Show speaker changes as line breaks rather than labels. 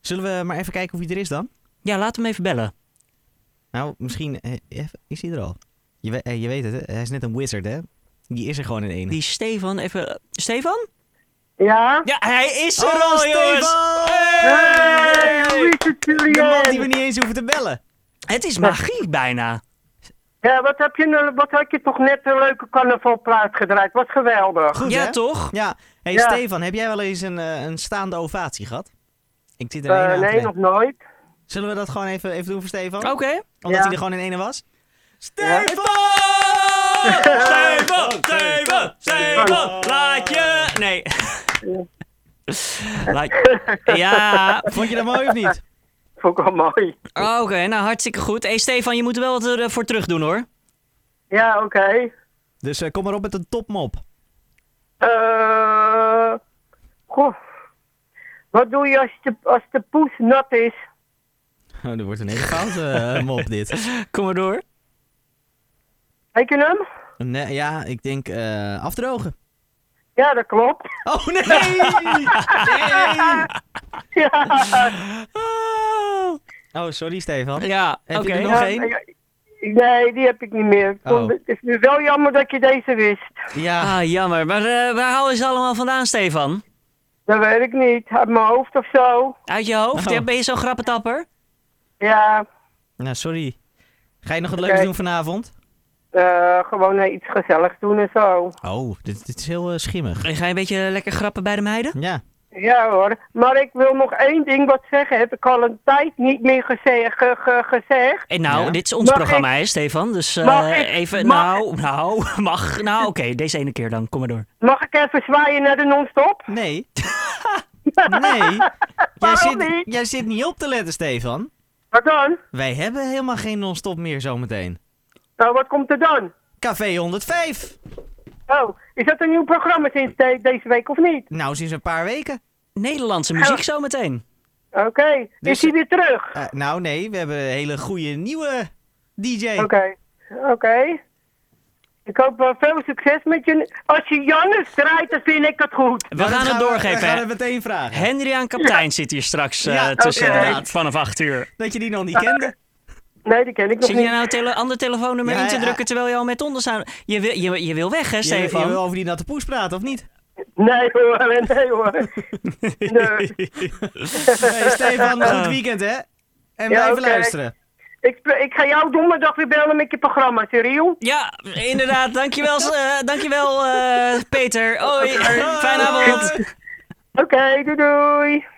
Zullen we maar even kijken of hij er is dan?
Ja, laat hem even bellen.
Nou, misschien eh, even- is hij er al. Je, we- eh, je weet het, hè? hij is net een wizard, hè? Die is er gewoon in één.
Die Stefan even... Stefan?
Ja?
Ja, hij is er
Oh,
al, jongens!
Stefan!
Hey, hoe is het,
De man die we
Julian?
niet eens hoeven te bellen.
Het is magie bijna.
Ja, wat, heb je, nou- wat had je toch net een leuke carnavalplaat gedraaid? Wat geweldig.
Goed,
ja,
hè?
toch?
Ja. Hey,
Ja.
Stefan, heb jij wel eens een, eh, een staande ovatie gehad? Ik zit er
Eh,
één aan te
nee,
denken.
nog nooit.
Zullen we dat gewoon even, even doen voor Stefan?
Oké.
Omdat
Ja.
hij er gewoon in ene was?
Ja.
Stefan!
Stefan! Stefan! Stefan! Laat je... Nee. Laat Ja.
Vond je dat mooi of niet?
Vond ik wel mooi.
Oké, nou hartstikke goed. Hé hey, Stefan, je moet er wel wat eh, voor terug doen hoor.
Ja, oké.
Dus eh, kom maar op met een topmop.
Eh, goh. Wat doe je als de, als de poes nat is?
Oh, er wordt een hele foute eh, mop dit.
Kom maar door.
Weet je hem?
Nee, ja, ik denk eh, afdrogen.
Ja, dat klopt.
Oh nee! nee!
Ja,
Oh.
Oh, sorry Stefan.
Ja,
Heb
oké.
je er nog
Ja,
één?
ik- Nee, die heb ik niet meer. Ik vond-
Oh.
Het is nu wel jammer dat je deze wist.
Ja.
Ah, jammer. Maar eh, waar houden ze allemaal vandaan, Stefan?
Dat weet ik niet. Uit mijn hoofd of zo.
Uit je hoofd?
Oh.
Ja, Ben je zo'n grappentapper?
Ja,
Nou, sorry. Ga je nog wat
Oké.
leuks doen vanavond?
eh, gewoon eh, iets gezelligs doen en zo.
Oh, dit, dit is heel eh, schimmig.
En ga je een beetje lekker grappen bij de meiden?
Ja.
Ja hoor, maar ik wil nog één ding wat zeggen. Heb ik al een tijd niet meer geze- ge- ge- gezegd.
Eh, nou,
Ja.
dit is ons
Mag
programma, hè, Stefan. Dus eh,
Mag ik?
even.
Mag
nou, nou, mag. Nou, oké, deze ene keer dan. Kom maar door.
Mag ik even zwaaien naar de non-stop?
Nee. nee. Jij
Waarom
zit,
niet?
jij zit niet op te letten, Stefan.
Wat dan?
Wij hebben helemaal geen non-stop meer zometeen.
Nou, wat komt er dan?
Café 105.
Oh, is dat een nieuw programma sinds de- deze week of niet?
Nou, sinds een paar weken.
Nederlandse muziek zometeen.
Oké,
Dus-
is hij weer terug?
Eh, nou, nee, we hebben een hele goede nieuwe DJ.
Oké, oké. Ik hoop eh, veel succes met je. Als je Jannes draait, dan vind ik het goed.
We
Maar dat
gaan het doorgeven.
We gaan
hè.
het meteen vragen.
Hendriaan Kaptein zit hier straks eh,
Ja, oké.
tussen
Inderdaad.
vanaf 8 uur.
Dat je die nog niet kende.
Nee, die ken ik nog
Zit je
niet.
nou een tele ander telefoonnummer
Ja,
in te
ja, ja.
drukken terwijl je al met onderstaan? Je wil, je, je wil weg, hè,
Je, je
Stefan?
wil over die natte poes praten, of niet?
Nee hoor, nee hoor. Nee.
Hey, Stefan, goed weekend, hè? En
Ja,
blijven
oké.
luisteren.
Ik, sp- ik ga jou donderdag weer bellen met je programma, serieus?
Ja, inderdaad. Dankjewel, eh, dankjewel eh, Peter. Hoi, fijne avond.
Oké, doei doei.